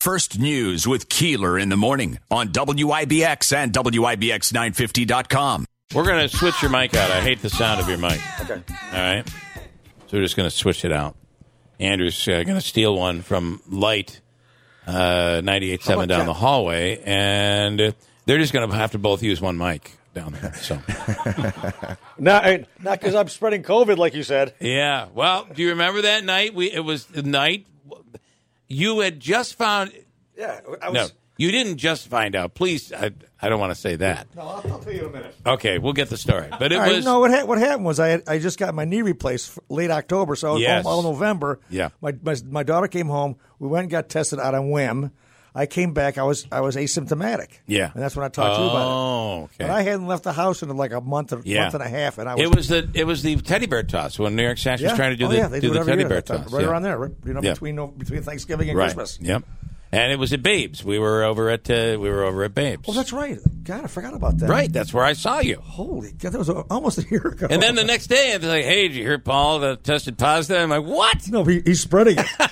First News with Keeler in the morning on WIBX and WIBX950.com. We're going to switch your mic out. I hate the sound of your mic. Okay. All right. So we're just going to switch it out. Andrew's uh, going to steal one from Light uh, 98.7 down the hallway, and uh, they're just going to have to both use one mic down there. So, Not not because I'm spreading COVID, like you said. yeah. Well, do you remember that night? We It was the night you had just found. Yeah, I No, you didn't just find out. Please, I, I don't want to say that. I'll, I'll tell you in a minute. Okay, we'll get the story. But it All right, was. no, what, ha- what happened was I had, I just got my knee replaced f- late October, so I was Yes. home all November. Yeah. my, my my daughter came home. We went and got tested out on whim. I came back. I was I was asymptomatic. Yeah. and that's when I talked to you about it. Oh, okay. But I hadn't left the house in like a month or month and a half, and I was it was the it was the teddy bear toss when New York Sash was trying to do oh, the yeah, they do it the every teddy year bear that time, toss right yeah. around there, right, you know, Yeah. between between Thanksgiving and right. Christmas. Yep, and it was at Babes. We were over at uh, we were over at Babes. Oh, that's right. God, I forgot about that. right. That's where I saw you. Holy God, that was a- almost a year ago. And then the next day, it's like, hey, did you hear Paul that tested positive? I'm like, what? no, he, he's spreading it.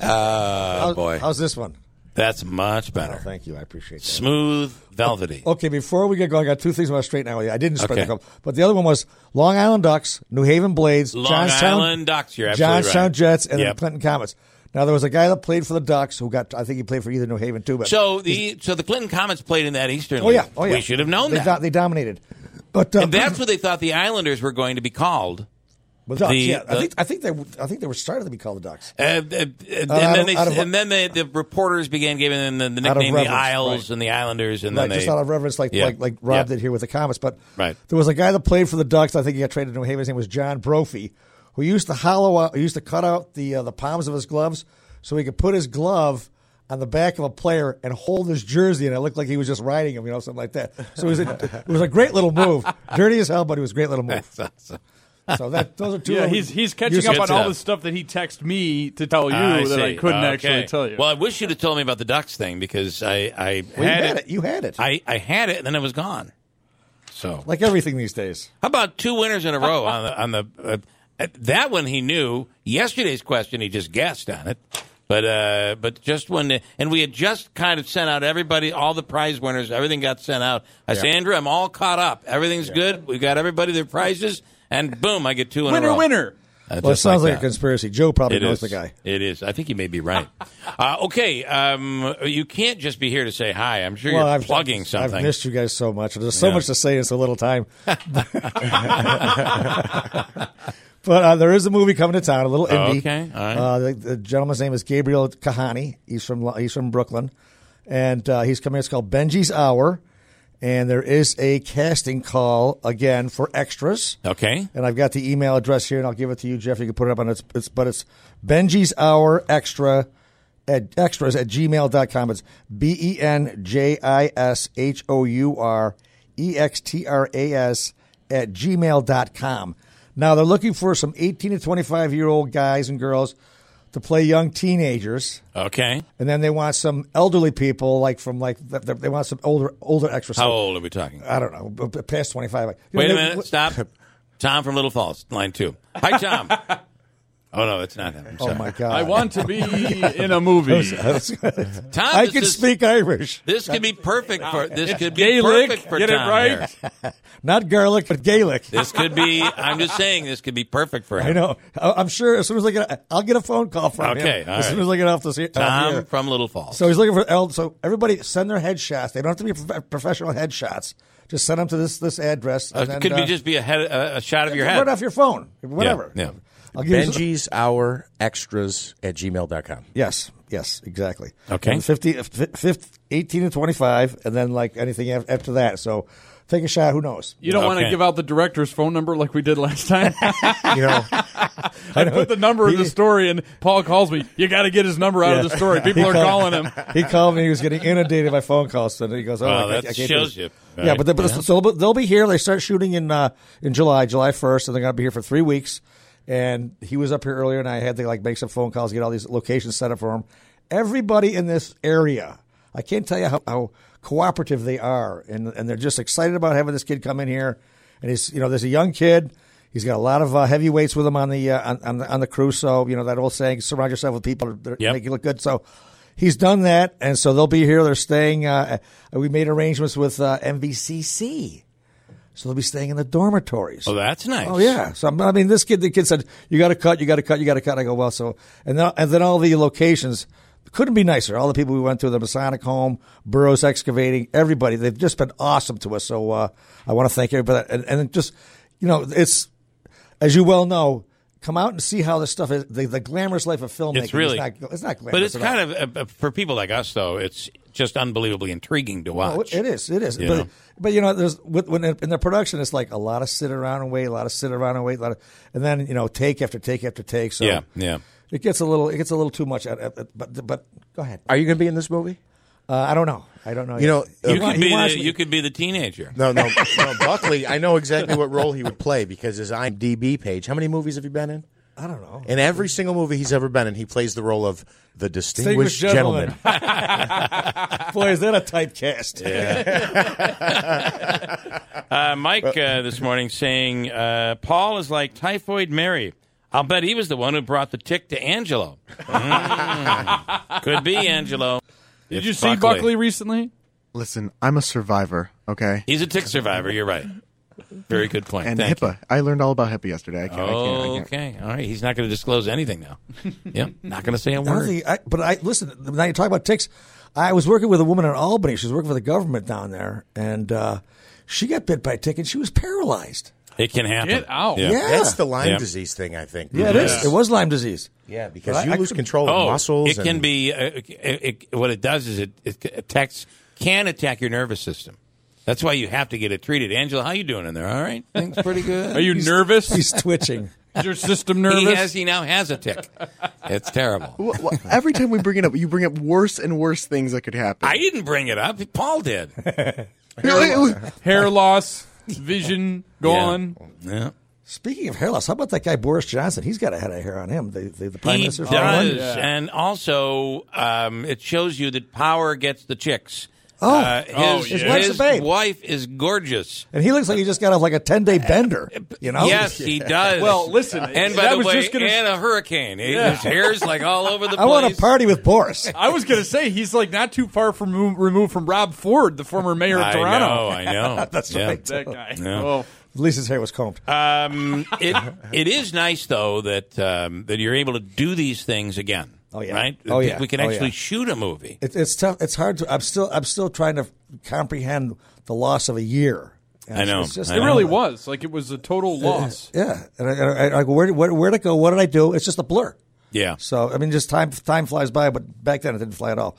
Oh boy, How's this one? Oh, that's much better. Thank you. I appreciate that. Smooth, velvety. Okay, before we get going, I got two things I want to straighten out with you. I didn't spread Okay. the cup, but the other one was Long Island Ducks, New Haven Blades, Long Johnstown, Island Ducks, you're absolutely Johnstown right. Jets, and Yep. the Clinton Comets. Now there was a guy that played for the Ducks who got, I think he played for either New Haven too, but So the so the Clinton Comets played in that Eastern. oh yeah, League. oh yeah, we should have known they that. do- they dominated, but uh, and that's what they thought the Islanders were going to be called. the Ducks. the- yeah, I the- think I think they I think they were started to be called the Ducks. Uh, uh, uh, and, out then of- they, out of- and then they, the reporters began giving them the, the Out of nickname the reverence, Isles right. and the Islanders, and Right, then they, just out of reverence, like Yeah. like, like Rob Yeah. did here with the Comets. But Right. there was a guy that played for the Ducks. I think he got traded to New Haven. His name was John Brophy, who used to hollow out, he used to cut out the uh, the palms of his gloves so he could put his glove on the back of a player and hold his jersey, and it looked like he was just riding him, you know, something like that. So it was a, it was a great little move, dirty as hell, but it was a great little move. So that those are two. Yeah, little- he's he's you catching said- up on all up. the stuff that he texted me to tell you Ah, I that I see. couldn't Okay. actually tell you. Well, I wish you'd have told me about the Ducks thing because I, I Well, you had, had it. You had it. I, I had it, and then it was gone. So, like everything these days. how about two winners in a row on the on the uh, that one he knew yesterday's question he just guessed on it. But uh, but just when and we had just kind of sent out everybody all the prize winners everything got sent out. I say Andrew, I'm all caught up. Everything's good. We got everybody their prizes, and boom, I get two in a winner, row. winner. Uh, Well, it just sounds like, a that. conspiracy. Joe probably It knows is. the guy. It is. I think you may be right. uh, okay, um, you can't just be here to say hi. I'm sure you're I've- plugging something. I've missed you guys so much. There's so Yeah. much to say in so little time. but uh, there is a movie coming to town, a little indie. okay. All right. Uh, the, the gentleman's name is Gabriel Kahani. He's from Lo- he's from Brooklyn, and uh, he's coming. It's called Benji's Hour, and there is a casting call again for extras. okay. And I've got the email address here, and I'll give it to you, Jeff. You can put it up on its, it's but it's Benji's Hour Extra at extras at gmail.com. It's B E N J I S H O U R E X T R A S at gmail.com. Now they're looking for some 18 to 25 year old guys and girls to play young teenagers. Okay. And then they want some elderly people, like from like, th- th- they want some older, older extras. How old are we talking? I don't know, b- b- past 25. Like, you know, Wait a they- minute. Stop. Tom from Little Falls, line two. Hi, Tom. oh no, it's not him. I'm Oh sorry. my God. I want to be in a movie. Tom, I this can is- speak Irish. This could be perfect for. This could be Gaelic, perfect for get it Tom right. here. Not garlic, but Gaelic. This could be. I'm just saying. This could be perfect for him. I know. I- I'm sure as soon as I get, I'll get a phone call from him. Okay, all as soon right. as I get off this. off Tom here. from Little Falls. So he's looking for el- so everybody send their headshots. They don't have to be prof- professional headshots. Just send them to this this address. Uh, and then, could be uh, just be a, head, a, a shot of your head. right off your phone, whatever. yeah. I'll give you. Benji's Hour Extras at gmail.com. Yes, yes, exactly. Okay. And 50, fi- fif- 18 to 25, and then like anything af- after that. So take a shot. Who knows? You don't want Okay. to give out the director's phone number like we did last time. You know, I put the number in the He- story, and Paul calls me. You got to get his number out of the story. People He are calling called- him. He called me. He was getting inundated by phone calls. And he goes, "Oh, Wow, I can't- that I can't do shows this." you. Yeah, Right. but, the, but so they'll- they'll be here. They start shooting in uh, in July, July first, and they're going to be here for three weeks. And he was up here earlier, and I had to like make some phone calls, get all these locations set up for him. Everybody in this area, I can't tell you how, how cooperative they are, and and they're just excited about having this kid come in here. And he's, you know, there's a young kid. He's got a lot of uh, heavyweights with him on the, uh, on, on the on the crew. So you know that old saying: surround yourself with people that Yep. make you look good. So he's done that, and so they'll be here. They're staying. Uh, we made arrangements with uh, MVCC, so they'll be staying in the dormitories. Oh, that's nice. Oh yeah. So I'm- I mean, this kid, the kid said, "You got to cut, you got to cut, you got to cut." I go, "Well, so," and then and then all the locations couldn't be nicer. All the people we went to, the Masonic Home, Burroughs Excavating, everybody, they've just been awesome to us. So uh, I want to thank everybody, and, and it just you know, it's as you well know. Come out and see how this stuff is. The, the glamorous life of filmmaking. It's really, it's not, it's not glamorous. but it's at all. kind of uh, uh, for people like us though. It's just unbelievably intriguing to watch. Oh, it is. It is. You but know? but you know, there's with, when in the production, it's like a lot of sit around and wait, a lot of sit around and wait, a lot of, and then you know, take after take after take. So Yeah, yeah. It gets a little. It gets a little too much. At, at, at- but but go ahead. Are you going to be in this movie? Uh, I don't know. I don't know. You know, yet. uh, You He wa- could he be wants the, me- you could be the teenager. No, no, no. Buckley, I know exactly what role he would play because his IMDb page. How many movies have you been in? I don't know. In every single movie he's ever been in, he plays the role of the Distinguished distinguished, gentleman. Boy, is that a typecast? Uh, Mike uh, this morning saying uh, Paul is like typhoid Mary. I'll bet he was the one who brought the tick to Angelo. Mm. Could be Angelo. Did It's you see Buckley recently? Listen, I'm a survivor, okay? He's a tick survivor. You're right. Very good point. And Thank HIPAA. I learned all about HIPAA yesterday. I can't, I can't, I can't. Okay. All right. He's not going to disclose anything now. yeah. Not going to say a I don't word. think, I, but I listen. Now you talk about ticks. I was working with a woman in Albany. She was working for the government down there, and uh, she got bit by a tick, and she was paralyzed. it can happen. Get out. Yeah. Yeah. That's the Lyme Yeah. disease thing, I think. Yeah, it is. It was Lyme disease. Yeah, because But I- you I lose couldn't- control of Oh, muscles. It can and- be. Uh, it, it, what it does is it, it attacks can attack your nervous system. That's why you have to get it treated. Angela, how you doing in there? All right, things pretty good. Are you nervous? He's twitching. Is your system he nervous? has. He now has a tick. It's terrible. Well, well, every time we bring it up, you bring up worse and worse things that could happen. I didn't bring it up. Paul did. No, it- it- Hair loss, vision gone. Yeah. Speaking of hair loss, how about that guy Boris Johnson? He's got a head of hair on him. The, the, the prime He minister. does, of Ireland. and also um, it shows you that power gets the chicks. Oh. his, Oh, his, His wife's a babe. wife is gorgeous. And he looks like he just got off like a ten day bender. You know? Yes, he does. Well, listen, and by that the was way, just gonna- and a hurricane. His hair's like all over the place. I want to party with Boris. I was going to say he's like not too far from remo- removed from Rob Ford, the former mayor of I Toronto. know, I know. That's right. That guy. Yeah. Oh. At least his hair was combed. Um, it it is nice though that um, that you're able to do these things again. Oh, yeah. Right. Oh, yeah. We can Oh, actually yeah. shoot a movie. It, it's tough. It's hard to. I'm still. I'm still trying to comprehend the loss of a year. And I it's- know. It's just, I It know. really was like it was a total loss. Yeah. And I, I, I, I go, where, did- where, where'd it go? What did I do? It's just a blur. Yeah. So I mean, just time time flies by, but back then it didn't fly at all.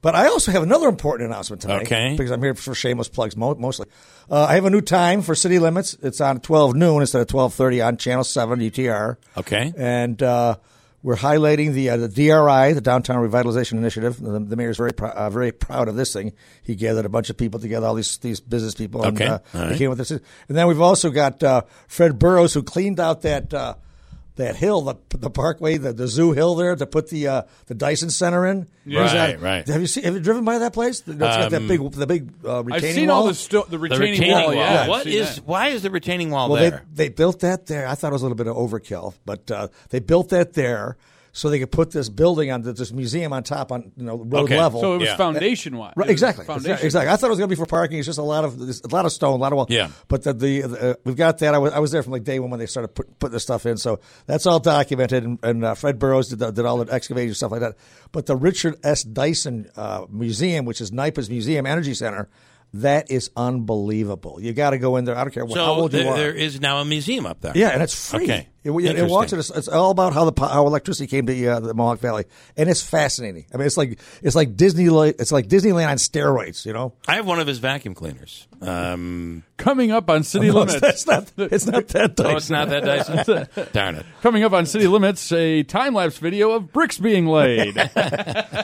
But I also have another important announcement tonight. Okay. Because I'm here for shameless plugs mo- mostly. Uh, I have a new time for City Limits. It's on 12 noon instead of 12:30 on Channel 7 UTR. Okay. And uh, we're highlighting the uh, the DRI, the Downtown Revitalization Initiative. The, the mayor's very prou- uh, very proud of this thing. He gathered a bunch of people together, all these these business people, and Okay. uh, All they right. came with this. And then we've also got uh, Fred Burrows who cleaned out that. Uh, that hill, the, the parkway, the, the zoo hill there to put the uh, the Dyson Center in. He's Right, on- right. Um, Have you seen? Have you driven by that place? It's got that big, the big uh, I've retaining seen wall. all the, sto- the The retaining retaining, wall. Yeah, I've What seen is? that. Why is the retaining wall Well, there? They, they built that there. I thought it was a little bit of overkill, but uh, they built that there so they could put this building on this museum on top on you know road Okay. level. So it was Yeah. foundation wise. Right, exactly, Foundation. exactly. I thought it was going to be for parking. It's just a lot of it's a lot of stone, a lot of wall. Yeah. But the, the uh, we've got that. I was, I was there from like day one when they started put, putting this stuff in, so that's all documented. And, and uh, Fred Burrows did, the, did all the excavating and stuff like that. But the Richard S. Dyson uh, Museum, which is NYPA's Museum Energy Center, that is unbelievable. You got to go in there. I don't care wh- So how old there, you are. there is now a museum up there. Yeah, and it's free. Okay. It, it, it walks. Interesting. It's, it's all about how the po- how electricity came to uh, the Mohawk Valley, and it's fascinating. I mean, it's like it's like Disneyland. It's like Disneyland on steroids. You know, I have one of his vacuum cleaners. Um, Coming up on city limits. it's not it's not that oh, type. it's not that Dyson. Darn it. Coming up on City Limits, a time lapse video of bricks being laid. That's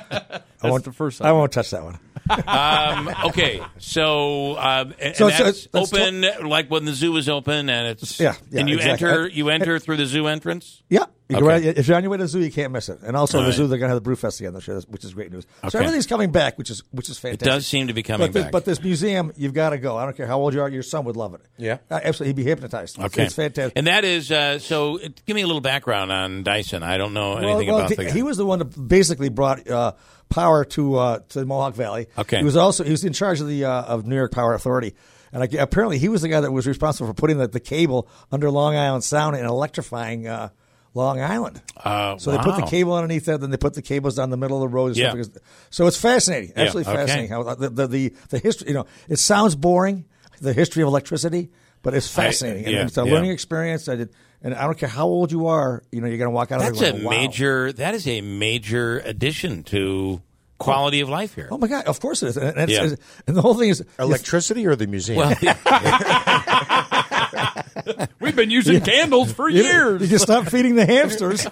I won't, the first. I won't touch that one. Um, okay, so um, and, So- and so that's it's- that's open, like when the zoo is open, and it's Yeah, yeah, and you exactly. enter you enter through the zoo entrance. Yeah, You go right- if you're on your way to the zoo, you can't miss it. And also, All the right. zoo they're going to have the Brewfest again this year, which is great news. Okay. So everything's coming back, which is which is fantastic. does seem to be coming but this, back. But this museum, you've got to go. I don't care how old you are, your son would love it. Yeah. Uh, absolutely, he'd be hypnotized. It's- Okay. it's fantastic. And that is uh, so. It, give me a little background on Dyson. I don't know anything about the- the guy. he was the one that basically brought uh, power to uh, to the Mohawk Valley. Okay. he was also he was in charge of the uh, of New York Power Authority, and I, apparently he was the guy that was responsible for putting the, the cable under Long Island Sound and electrifying uh, Long Island. Uh, so they put wow. the cable underneath that, then they put the cables down the middle of the road. And Yeah. stuff because- so it's fascinating, Yeah, absolutely okay. fascinating. How the, the the the history, you know, it sounds boring, the history of electricity. But it's fascinating. yeah, and it's a yeah. learning experience. I did, and I don't care how old you are. You know, you're going to walk out of That's there a going, wow. major. That is a major addition to quality of life here. Oh my God! Of course it is, and, it's, Yeah. it's- and the whole thing is Electricity or the museum? Well, We've been using candles for years. You just stop feeding the hamsters.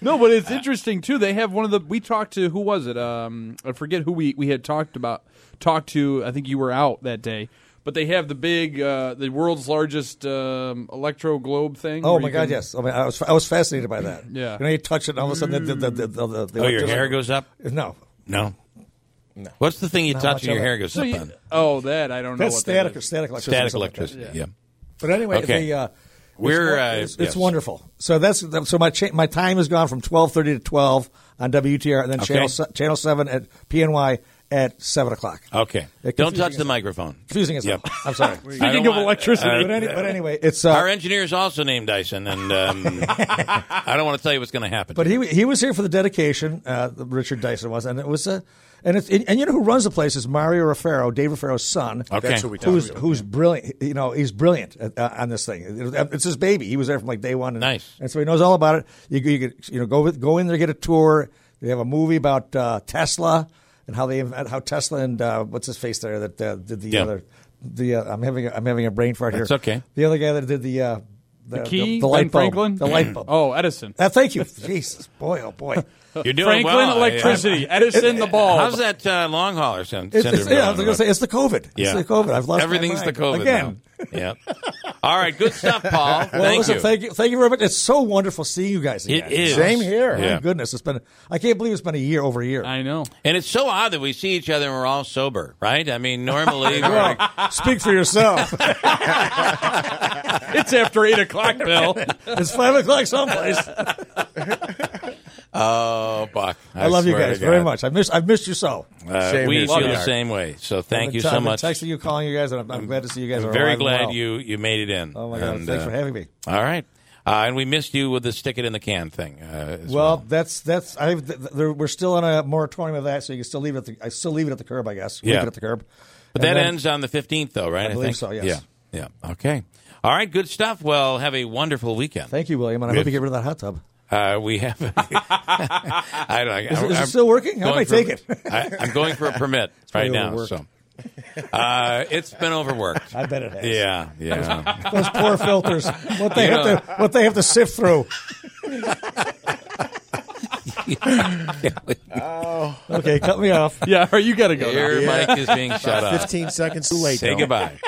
No, but it's interesting too. They have one of the we talked to who was it? Um, I forget who we we had talked about talked to. I think you were out that day. But they have the big, uh, the world's largest um, electro globe thing. oh where my you God! can- Yes, I, mean, I was I was fascinated by that. Yeah. you know, you touch it, and all of a sudden, the, the, the, the, the, the oh, your hair goes up. No, No. No. What's the thing you touch much and your of it. hair goes So up you- on? oh, that I don't know. that's what static That or is. static electricity. or Static something like that. electricity. Yeah. But anyway, Okay. they, uh, We're, it's, uh, it's, it's yes. wonderful. So that's so my cha- my time has gone from twelve thirty to twelve on WTR, and then Okay. channel se- channel seven at PNY at seven o'clock. Okay. It Don't confuses touch me. the microphone. Confusing as Yep. hell. I'm I sorry. don't Speaking of want- electricity, uh, but, any, but anyway, it's uh, our engineer is also named Dyson, and um, I don't want to tell you what's going to happen. But he he was here for the dedication. Uh, Richard Dyson was, and it was a and it's and you know who runs the place is Mario Raffaero, Dave Raffaero's son. Okay. That's what we talked Who's about. who's brilliant? You know he's brilliant at, uh, on this thing. It- It's his baby. He was there from like day one. And, Nice. And so he knows all about it. You, you could you know go with, go in there get a tour. They have a movie about uh, Tesla and how they how Tesla and uh, what's his face there that uh, did the Yeah. other the uh, I'm having a, I'm having a brain fart here. That's okay. The other guy that did the uh, the, Key, the, the light Ben bulb, Franklin, the light bulb. Oh, Edison, Uh, thank you. Jesus, boy, oh boy. You're doing Franklin well. I- electricity, Edison the ball. I- how's that uh, long hauler sen- Oh. It's, syndrome it's, yeah, I was going going to say it's the COVID. Yeah. It's the COVID. I've lost my Everything's mind. the COVID again. Now. yeah. All right. Good stuff, Paul. Well, thank listen, you. thank you, thank you very much. It's so wonderful seeing you guys It again. is. Same here. My Yeah. goodness, it's been. I can't believe it's been a year over a year. I know. And it's so odd that we see each other and we're all sober, right? I mean, normally we're like, Speak for yourself. It's after eight o'clock, Bill. it's five o'clock someplace. oh, Buck. I, I, love you swear to guys very God. much. I miss. I've missed you so. Uh, Same we here, feel the sweetheart. same way. So I've thank you been- so I've been much. Texting you, calling you guys, and I'm, I'm glad to see you guys. I'm are very alive and glad well. you, you made it in. Oh my god! And, Thanks for uh, having me. All right. Uh, and we missed you with the stick it in the can thing. Uh, as Well, that's that's. I th- th- there, we're still on a moratorium of that, so you can still leave it. At the, I still leave it at the curb, I guess. Yeah. Leave it at the curb. But And that then- ends on the 15th, though, right? I, believe think. so, yes. Yeah. Yeah. Okay. All right. Good stuff. Well, have a wonderful weekend. Thank you, William, and I Good. hope you get rid of that hot tub. Uh, we have. I don't know. Is it- is it I'm- still working? How going do for- I take it? I, I'm going for a permit right probably now. overworked. So. Uh, it's been overworked. I bet it has. Yeah, yeah. Those poor filters. What they You have to what they have to sift through. Okay, cut me off. Yeah, you got to go. now. Your mic is being shut off. 15 seconds too late. Say though. goodbye.